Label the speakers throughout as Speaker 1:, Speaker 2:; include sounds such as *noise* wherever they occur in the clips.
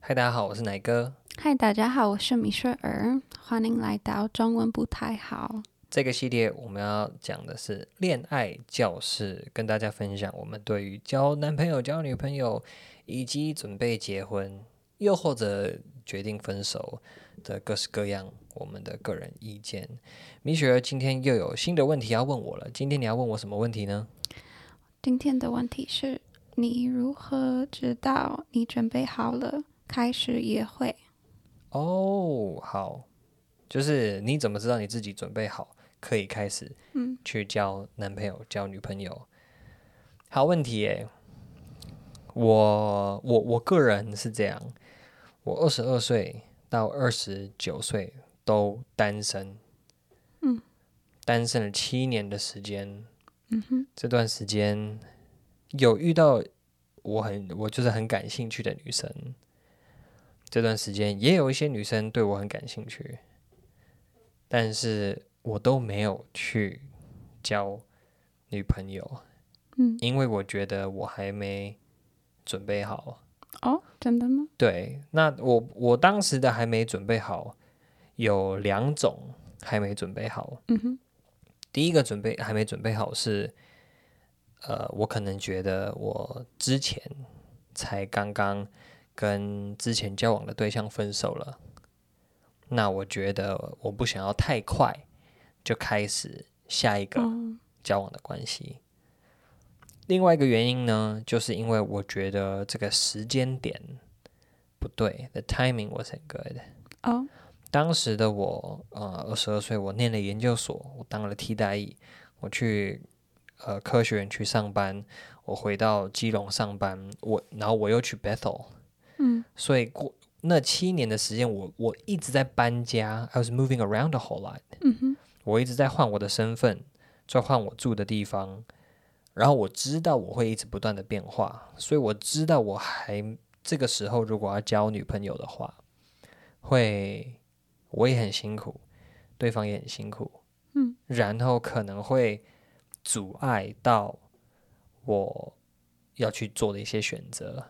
Speaker 1: 嗨，大家好，我是奶哥。
Speaker 2: 嗨，大家好，我是米雪儿，欢迎来到中文不太好。
Speaker 1: 这个系列我们要讲的是恋爱教室，跟大家分享我们对于交男朋友、交女朋友，以及准备结婚，又或者决定分手的各式各样我们的个人意见。米雪儿今天又有新的问题要问我了，今天你要问我什么问题呢？
Speaker 2: 今天的问题是：你如何知道你准备好了开始约会？
Speaker 1: 哦，好，就是你怎么知道你自己准备好可以开始
Speaker 2: 嗯，
Speaker 1: 去交男朋友、交女朋友？好问题耶！我我我个人是这样，我二十二岁到二十九岁都单身，嗯，单身了七年的时间，
Speaker 2: 嗯哼，
Speaker 1: 这段时间有遇到我很我就是很感兴趣的女生，这段时间也有一些女生对我很感兴趣，但是我都没有去交女朋友，
Speaker 2: 嗯，
Speaker 1: 因为我觉得我还没准备好。
Speaker 2: 哦，真的吗？
Speaker 1: 对，那我我当时的还没准备好，有两种还没准备好。
Speaker 2: 嗯哼，
Speaker 1: 第一个准备还没准备好是，呃，我可能觉得我之前才刚刚跟之前交往的对象分手了，那我觉得我不想要太快就开始下一个
Speaker 2: 哦，
Speaker 1: 交往的关系。另外一个原因呢，就是因为我觉得这个时间点不对，the timing wasn't good。
Speaker 2: 哦，
Speaker 1: 当时的我，呃，二十二岁，我念了研究所，我当了替代役，我去呃科学园区上班，我回到基隆上班，我然后我又去 Bethel，
Speaker 2: 嗯，
Speaker 1: 所以过那七年的时间，我我一直在搬家，I was moving around a whole lot，
Speaker 2: 嗯哼，
Speaker 1: 我一直在换我的身份，再换我住的地方，然后我知道我会一直不断的变化，所以我知道我还这个时候如果要交女朋友的话，会我也很辛苦，对方也很辛苦，
Speaker 2: 嗯，
Speaker 1: 然后可能会阻碍到我要去做的一些选择。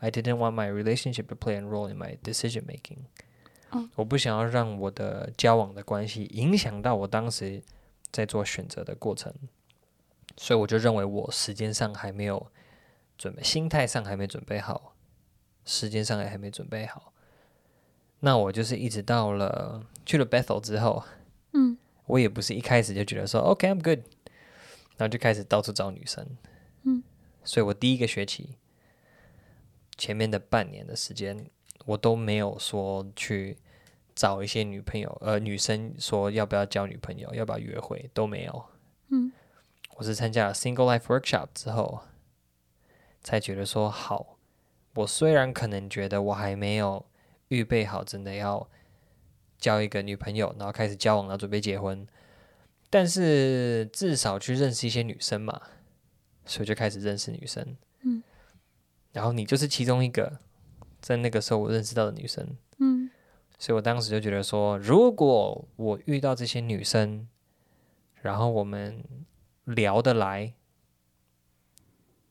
Speaker 1: I didn't want my relationship to play a role in my decision making. 我不想要让我的交往的关系影响到我当时在做选择的过程，所以我就认为我时间上还没有准备，心态上还没准备好，时间上也还没准备好。那我就是一直到了去了 Bethel 之后，
Speaker 2: 嗯，
Speaker 1: 我也不是一开始就觉得说 OK I'm good，然后就开始到处找女生，
Speaker 2: 嗯，
Speaker 1: 所以我第一个学期前面的半年的时间，我都没有说去找一些女朋友，呃，女生说要不要交女朋友，要不要约会都没有。
Speaker 2: 嗯，
Speaker 1: 我是参加了 Single Life Workshop 之后，才觉得说好，我虽然可能觉得我还没有预备好，真的要交一个女朋友，然后开始交往，然后准备结婚，但是至少去认识一些女生嘛，所以就开始认识女生。
Speaker 2: 嗯，
Speaker 1: 然后你就是其中一个，在那个时候我认识到的女生。
Speaker 2: 嗯，
Speaker 1: 所以我当时就觉得说，如果我遇到这些女生，然后我们聊得来，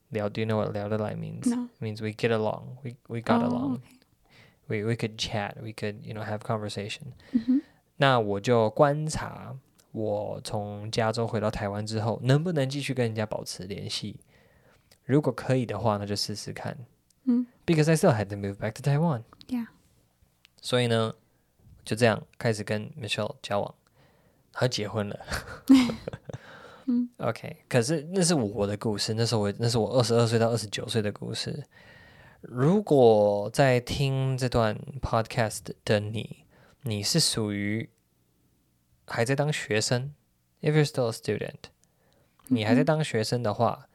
Speaker 1: 聊，do you know what 聊得来 means?
Speaker 2: No.
Speaker 1: Means we get along, we we got
Speaker 2: 哦
Speaker 1: along,
Speaker 2: OK
Speaker 1: we we could chat, we could you know have conversation.
Speaker 2: 嗯哼，
Speaker 1: 那我就观察我从加州回到台湾之后，能不能继续跟人家保持联系。如果可以的话，那就试试看。
Speaker 2: 嗯
Speaker 1: Because I still had to move back to Taiwan.
Speaker 2: Yeah.
Speaker 1: 所以呢，就这样开始跟 Michelle 交往，然后结婚了。
Speaker 2: 嗯
Speaker 1: *laughs* OK，可是那是我的故事，那是我那是我二十二岁到二十九岁的故事。如果在听这段 podcast 的你，你是属于还在当学生，if you're still a student，你还在
Speaker 2: 嗯嗯哼
Speaker 1: 当学生的话，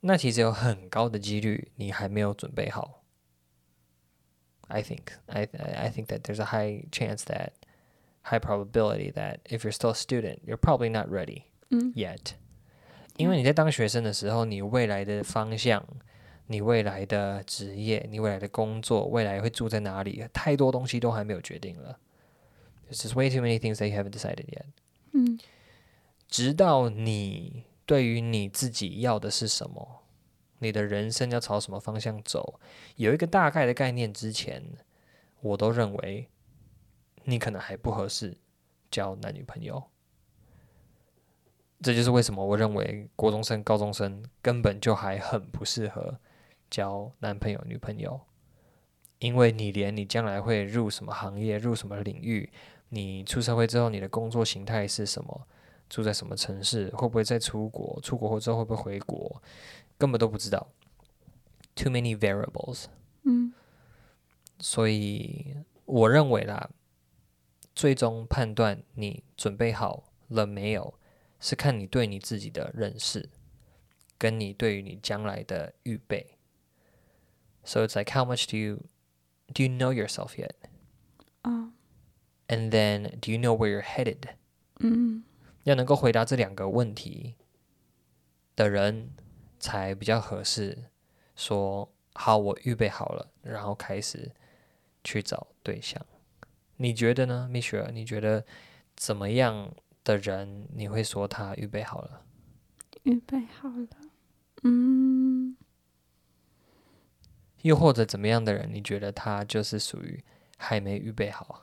Speaker 1: 那其实有很高的几率你还没有准备好。I think I I I think that there's a high chance that high probability that if you're still a student, you're probably not ready
Speaker 2: 嗯
Speaker 1: yet. 因为你在当学生的时候，你未来的方向、你未来的职业、你未来的工作、未来会住在哪里，太多东西都还没有决定了。There's just way too many things that you haven't decided yet.
Speaker 2: 嗯
Speaker 1: 直到你对于你自己要的是什么，你的人生要朝什么方向走，有一个大概的概念之前，我都认为你可能还不合适交男女朋友。这就是为什么我认为国中生、高中生根本就还很不适合交男朋友、女朋友，因为你连你将来会入什么行业、入什么领域，你出社会之后你的工作形态是什么，住在什么城市，会不会再出国，出国后之后会不会回国，根本都不知道。Too many variables，
Speaker 2: 嗯
Speaker 1: 所以我认为啦，最终判断你准备好了没有，是看你对你自己的认识，跟你对于你将来的预备。So it's like how much do you do you know yourself yet,
Speaker 2: 啊
Speaker 1: and then do you know where you're headed？
Speaker 2: 嗯
Speaker 1: 要能够回答这两个问题的人，才比较合适说好，我预备好了，然后开始去找对象。你觉得呢，米雪儿？你觉得怎么样的人你会说他预备好了？
Speaker 2: 预备好了，嗯
Speaker 1: 又或者怎么样的人，你觉得他就是属于还没预备好？啊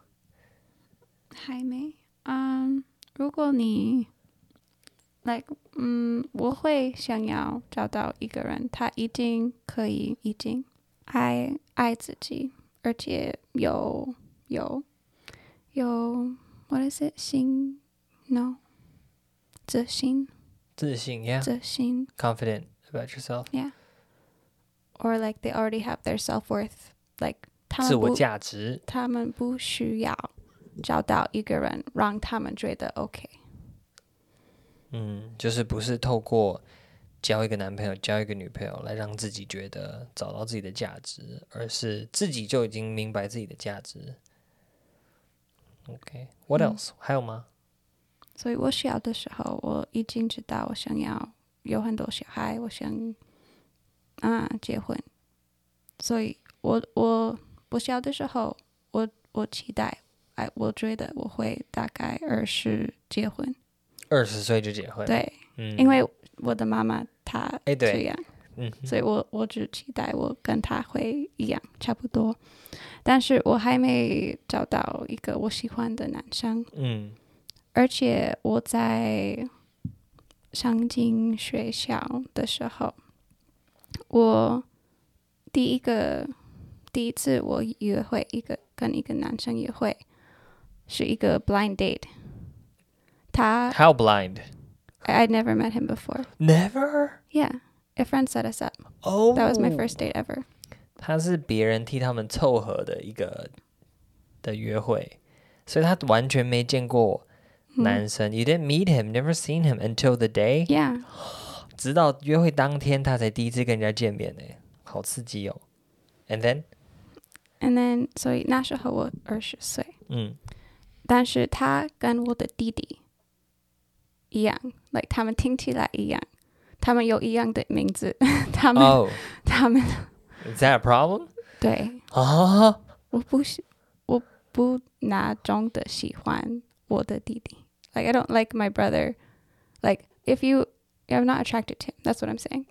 Speaker 2: 还没嗯，如果你 like 嗯，我会想要找到一个人，他已经可以已经爱爱自己，而且有有有 what is it 心 no 自信
Speaker 1: 自信，yeah，confident
Speaker 2: 自信
Speaker 1: about yourself，
Speaker 2: or like they already have their self worth like 他
Speaker 1: 自
Speaker 2: 们
Speaker 1: 我
Speaker 2: 不
Speaker 1: 价值。
Speaker 2: 他们不需要找到一个人让他们觉得 OK。
Speaker 1: 嗯，就是不是透过交一个男朋友、交一个女朋友来让自己觉得找到自己的价值，而是自己就已经明白自己的价值。OK，what、
Speaker 2: 嗯
Speaker 1: else？、还有吗？
Speaker 2: 所以我小的时候，我已经知道我想要有很多小孩，我想啊结婚。所以我我我小的时候，我我期待，哎，我觉得我会大概二十结婚。
Speaker 1: 二十岁就结婚？，
Speaker 2: 对，
Speaker 1: 嗯，
Speaker 2: 因为我的妈妈她
Speaker 1: 哎对
Speaker 2: 这样。
Speaker 1: 嗯哼
Speaker 2: 所以我我只期待我跟他会一样差不多，但是我还没找到一个我喜欢的男生，
Speaker 1: 嗯
Speaker 2: 而且我在上进学校的时候，我第一个第一次我约会一个跟一个男生约会，是一个 blind date，他
Speaker 1: ，How blind?
Speaker 2: I I'd never met him before.
Speaker 1: Never?
Speaker 2: Yeah, a friend set us up.
Speaker 1: Oh,
Speaker 2: That was my first date ever.
Speaker 1: 他是别人替他们凑合的一个的约会，所以他完全没见过
Speaker 2: 嗯
Speaker 1: 男生。You didn't meet him, never seen him until the day.
Speaker 2: Yeah.
Speaker 1: 直到约会当天，他才第一次跟人家见面呢，好刺激哦。And then，
Speaker 2: And then，所以那时候我二十岁，
Speaker 1: 嗯，
Speaker 2: 但是他跟我的弟弟一样，like 他们听起来一样，他们有一样的名字， *laughs* 他们、
Speaker 1: 哦、
Speaker 2: 他们
Speaker 1: oh,，Is that a problem？
Speaker 2: 对，
Speaker 1: 啊、
Speaker 2: 我不喜，我不那种的喜欢我的弟弟，like I don't like my brother, like if you I'm not attracted to him, that's what I'm saying.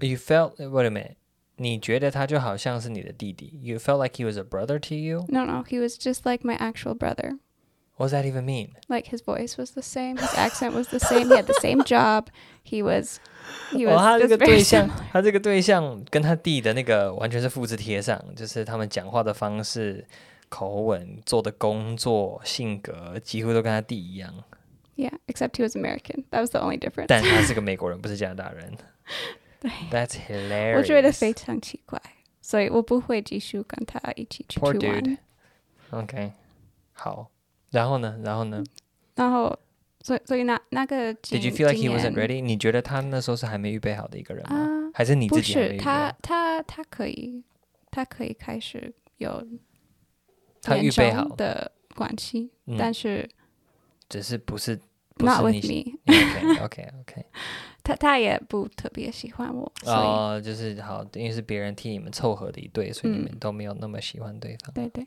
Speaker 1: y o u felt wait a minute，你觉得他就好像是你的弟弟？You felt like he was a brother to you?
Speaker 2: No, no, he was just like my actual brother.
Speaker 1: What does that even mean?
Speaker 2: Like his voice was the same, his accent was the same, he had the same job, he was he
Speaker 1: 哦，他
Speaker 2: was
Speaker 1: 这
Speaker 2: just
Speaker 1: 个
Speaker 2: very *laughs*
Speaker 1: 对象
Speaker 2: similar.，
Speaker 1: 他这个对象跟他弟的那个完全是复制贴上，就是他们讲话的方式、口吻、做的工作、性格，几乎都跟他弟一样。
Speaker 2: Yeah, except he was American. That was the only difference.
Speaker 1: 但他是个美国人，不是加拿大人。That's hilarious.
Speaker 2: 我觉得非常奇怪，所以我不会继续跟他一起去
Speaker 1: Poor
Speaker 2: 去玩。
Speaker 1: dude. OK，好，然后呢？然后
Speaker 2: 嗯
Speaker 1: 呢
Speaker 2: 然后，所以所以那那个
Speaker 1: ？Did
Speaker 2: 经
Speaker 1: you feel like he
Speaker 2: 经验
Speaker 1: wasn't ready？你觉得他那时候是还没预备好的一个人吗？
Speaker 2: 啊？
Speaker 1: 还是你
Speaker 2: 不
Speaker 1: 自己还没
Speaker 2: 是，
Speaker 1: 预备
Speaker 2: 他
Speaker 1: 好？
Speaker 2: 他他可以，他可以开始有
Speaker 1: 他预
Speaker 2: 严
Speaker 1: 备好
Speaker 2: 重，的关系，
Speaker 1: 嗯
Speaker 2: 但是
Speaker 1: 只是不是 *laughs* 不
Speaker 2: not
Speaker 1: 是
Speaker 2: with
Speaker 1: 你
Speaker 2: me。
Speaker 1: ？OK OK OK。
Speaker 2: 他他也不特别喜欢我， *laughs* 所以、
Speaker 1: 哦，就是好，因为是别人替你们凑合的一对，所以你们
Speaker 2: 嗯
Speaker 1: 都没有那么喜欢对方。
Speaker 2: 对对，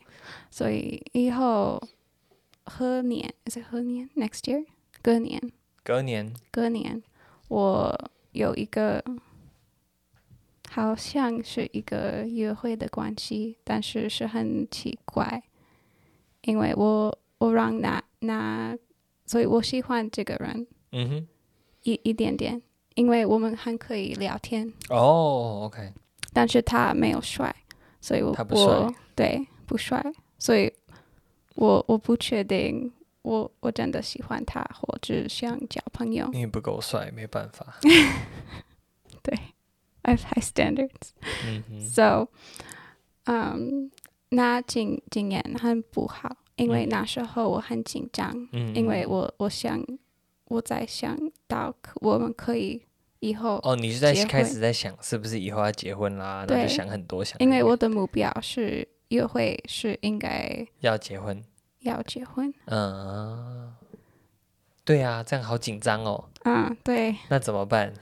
Speaker 2: 所以以后和年，is it 和年 next year？隔年。
Speaker 1: 隔年，
Speaker 2: 隔年，我有一个好像是一个约会的关系，但是是很奇怪，因为我我让那那，所以我喜欢这个人
Speaker 1: 嗯
Speaker 2: 一一点点，因为我们还可以聊天，
Speaker 1: 哼，哦，OK，
Speaker 2: 但是他没有帅，所以我
Speaker 1: 他不帅
Speaker 2: 我对不帅，所以我我不确定我我真的喜欢他，或者想交朋友。 *laughs*
Speaker 1: 你不够帅，没办法。
Speaker 2: I have high standards.
Speaker 1: 嗯哼，
Speaker 2: So，嗯，那经经验很不好，因为
Speaker 1: 嗯
Speaker 2: 那时候我很紧张，
Speaker 1: 嗯，
Speaker 2: 因为我我想我在想到可我们可以以后，
Speaker 1: 哦，你是在
Speaker 2: 结
Speaker 1: 开
Speaker 2: 婚
Speaker 1: 始在想是不是以后要结婚啦？那
Speaker 2: 对
Speaker 1: 就想很多，想很
Speaker 2: 因为
Speaker 1: 远
Speaker 2: 我的目标是约会是应该
Speaker 1: 要结婚，
Speaker 2: 要结婚，
Speaker 1: 嗯，对啊，这样好紧张哦，
Speaker 2: 嗯，对，
Speaker 1: 那怎么办？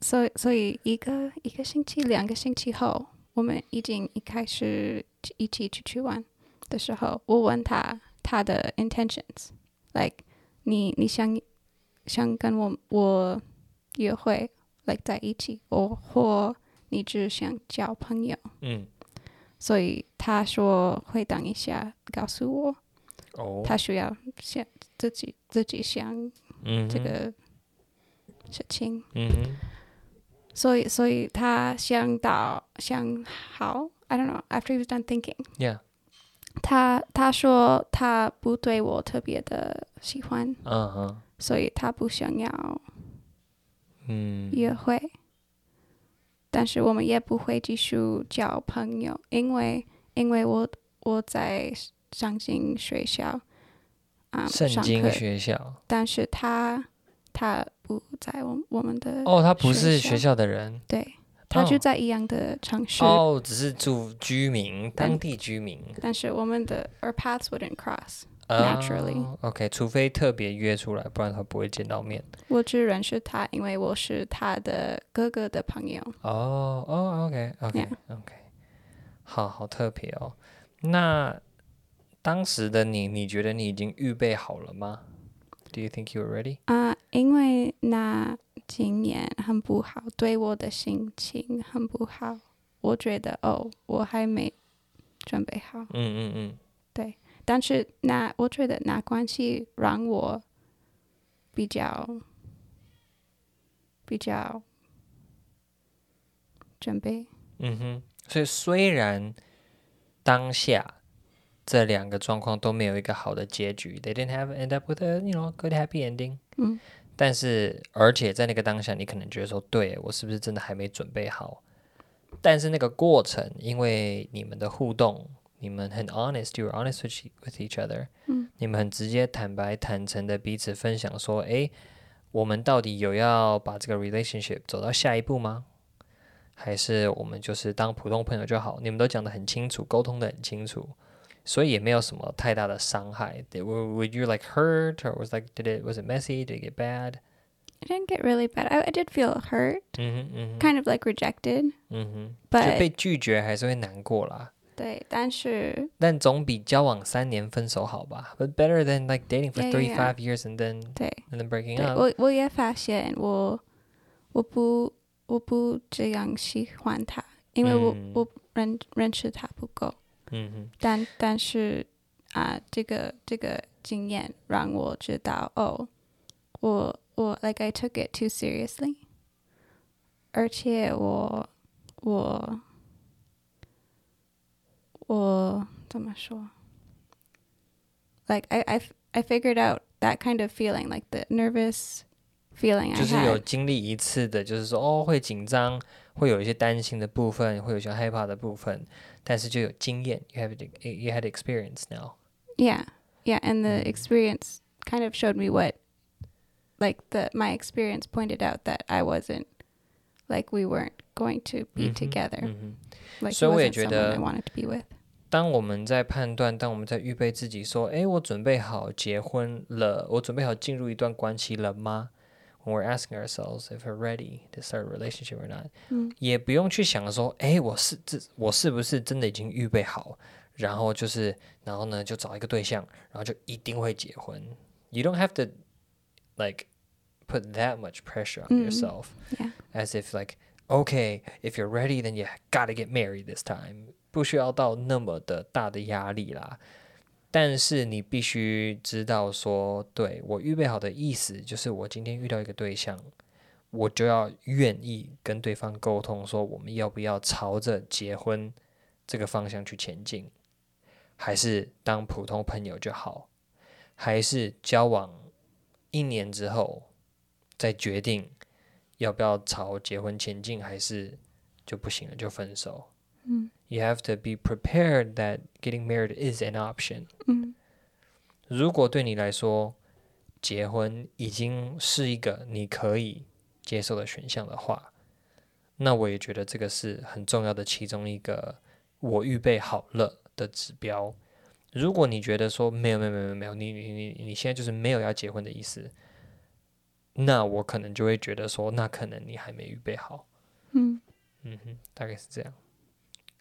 Speaker 2: 所以所以一个一个星期两个星期后，我们已经一开始一起出去玩的时候，我问他他的 intentions，like 你你想想跟我我约会，like 在一起，我或你只想交朋友，
Speaker 1: 嗯，
Speaker 2: 所以他说会等一下告诉我，
Speaker 1: 哦，
Speaker 2: 他需要想自己自己想
Speaker 1: 嗯
Speaker 2: 这
Speaker 1: 哼，
Speaker 2: 个事情。
Speaker 1: 嗯哼，
Speaker 2: 所以所以他想到想好，I don't know after he was done thinking，
Speaker 1: ，Yeah，
Speaker 2: 他他说他不对我特别的喜欢，
Speaker 1: 嗯哼，
Speaker 2: 所以他不想要
Speaker 1: 嗯，
Speaker 2: 约会，但是我们也不会继续交朋友，因为因为我我在上进学校啊、嗯、
Speaker 1: 圣
Speaker 2: 上
Speaker 1: 经
Speaker 2: 课，
Speaker 1: 学校，
Speaker 2: 但是他他不在我我们的、
Speaker 1: 哦，他不
Speaker 2: 学
Speaker 1: 是
Speaker 2: 校
Speaker 1: 学校的人，
Speaker 2: 对，他就
Speaker 1: 哦
Speaker 2: 在一样的城市。
Speaker 1: 哦，只是住居民，
Speaker 2: 但
Speaker 1: 当地居民。
Speaker 2: 但是我们的 our paths wouldn't cross。naturally
Speaker 1: 哦 OK，除非特别约出来，不然他不会见到面。
Speaker 2: 我只认识他，因为我是他的哥哥的朋友。
Speaker 1: 哦哦，OK，OK，OK，、好好特别哦。那当时的你，你觉得你已经预备好了吗？Do you think you were ready？
Speaker 2: 啊、因为那今年很不好，对我的心情很不好。我觉得哦，我还没准备好。
Speaker 1: 嗯嗯嗯，
Speaker 2: 但是那我觉得那关系让我比较比较准备。
Speaker 1: 嗯哼，所以虽然当下这两个状况都没有一个好的结局，they didn't have end up with a you know good happy ending。
Speaker 2: 嗯，
Speaker 1: 但是而且在那个当下，你可能觉得说，对我是不是真的还没准备好？但是那个过程，因为你们的互动，你们很 honest，you were honest with each- with each other，
Speaker 2: 嗯，
Speaker 1: 你们很直接、坦白、坦诚的彼此分享说，诶，我们到底有要把这个 relationship 走到下一步吗？还是我们就是当普通朋友就好？你们都讲得很清楚，沟通得很清楚，所以也没有什么太大的伤害。They- Were were you like hurt or was like did it was it messy? Did it get bad?
Speaker 2: I didn't get really bad. I, I did feel hurt,
Speaker 1: 嗯哼嗯哼
Speaker 2: kind of like rejected.
Speaker 1: 嗯哼，就
Speaker 2: But
Speaker 1: 被拒绝还是会难过啦。
Speaker 2: 对，但是
Speaker 1: 但总比交往三年分手好吧？But better than like dating for
Speaker 2: Yeah,
Speaker 1: thirty
Speaker 2: yeah, yeah.
Speaker 1: five years and then
Speaker 2: 对
Speaker 1: and then breaking
Speaker 2: 对，
Speaker 1: up。
Speaker 2: 我我也发现我我不我不这样喜欢他，因为我、
Speaker 1: 嗯
Speaker 2: 我认认识他不够，
Speaker 1: 嗯哼，
Speaker 2: 但但是啊、这个这个经验让我知道哦，我我 like I took it too seriously，而且我我我怎么说？like I I f- I figured out that kind of feeling like the nervous feeling I
Speaker 1: 就是有
Speaker 2: had
Speaker 1: 经历一次的，就是说哦会紧张，会有一些担心的部分，会有一些害怕的部分，但是就有经验，you have you had experience now。
Speaker 2: yeah yeah and the
Speaker 1: Mm.
Speaker 2: experience kind of showed me what like the my experience pointed out that I wasn't like we weren't going to be
Speaker 1: 嗯哼
Speaker 2: together
Speaker 1: 嗯哼。
Speaker 2: like he
Speaker 1: 所以我也
Speaker 2: wasn't
Speaker 1: 觉
Speaker 2: someone
Speaker 1: 得
Speaker 2: I wanted to be with
Speaker 1: 当我们在判断，当我们在预备自己说，诶，我准备好结婚了，我准备好进入一段关系了吗？When we're asking ourselves if we're ready to start a relationship or not，、
Speaker 2: 嗯
Speaker 1: 也不用去想说，诶，我是这我是不是真的已经预备好？然后就是，然后呢，就找一个对象，然后就一定会结婚。You don't have to like put that much pressure on
Speaker 2: 嗯
Speaker 1: yourself
Speaker 2: yeah
Speaker 1: as if like okay, if you're ready, then you gotta get married this time. 不需要到那么的大的压力啦。但是你必须知道说，对我预备好的意思就是，我今天遇到一个对象，我就要愿意跟对方沟通，说我们要不要朝着结婚这个方向去前进，还是当普通朋友就好，还是交往一年之后再决定要不要朝结婚前进，还是就不行了就分手。
Speaker 2: 嗯
Speaker 1: You have to be prepared that getting married is an option.
Speaker 2: 嗯
Speaker 1: 如果对你来说，结婚已经是一个你可以接受的选项的话，那我也觉得这个是很重要的其中一个我预备好了的指标。如果你觉得说没有没有没有没有，你你你你现在就是没有要结婚的意思，那我可能就会觉得说，那可能你还没预备好。
Speaker 2: 嗯
Speaker 1: 嗯哼，大概是这样。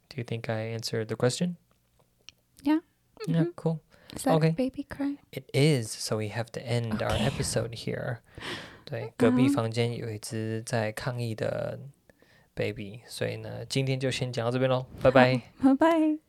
Speaker 1: Do you think I answered the question?
Speaker 2: Yeah.
Speaker 1: Yeah,
Speaker 2: Mhm.
Speaker 1: cool.
Speaker 2: Is that
Speaker 1: Okay.
Speaker 2: baby cry?
Speaker 1: It is, so we have to end our
Speaker 2: Okay.
Speaker 1: episode
Speaker 2: *laughs*
Speaker 1: here. 对，隔壁
Speaker 2: 嗯
Speaker 1: 房间有一只在抗议的 baby，所以呢，今天就先讲到这边喽，拜拜。
Speaker 2: *laughs* Bye bye.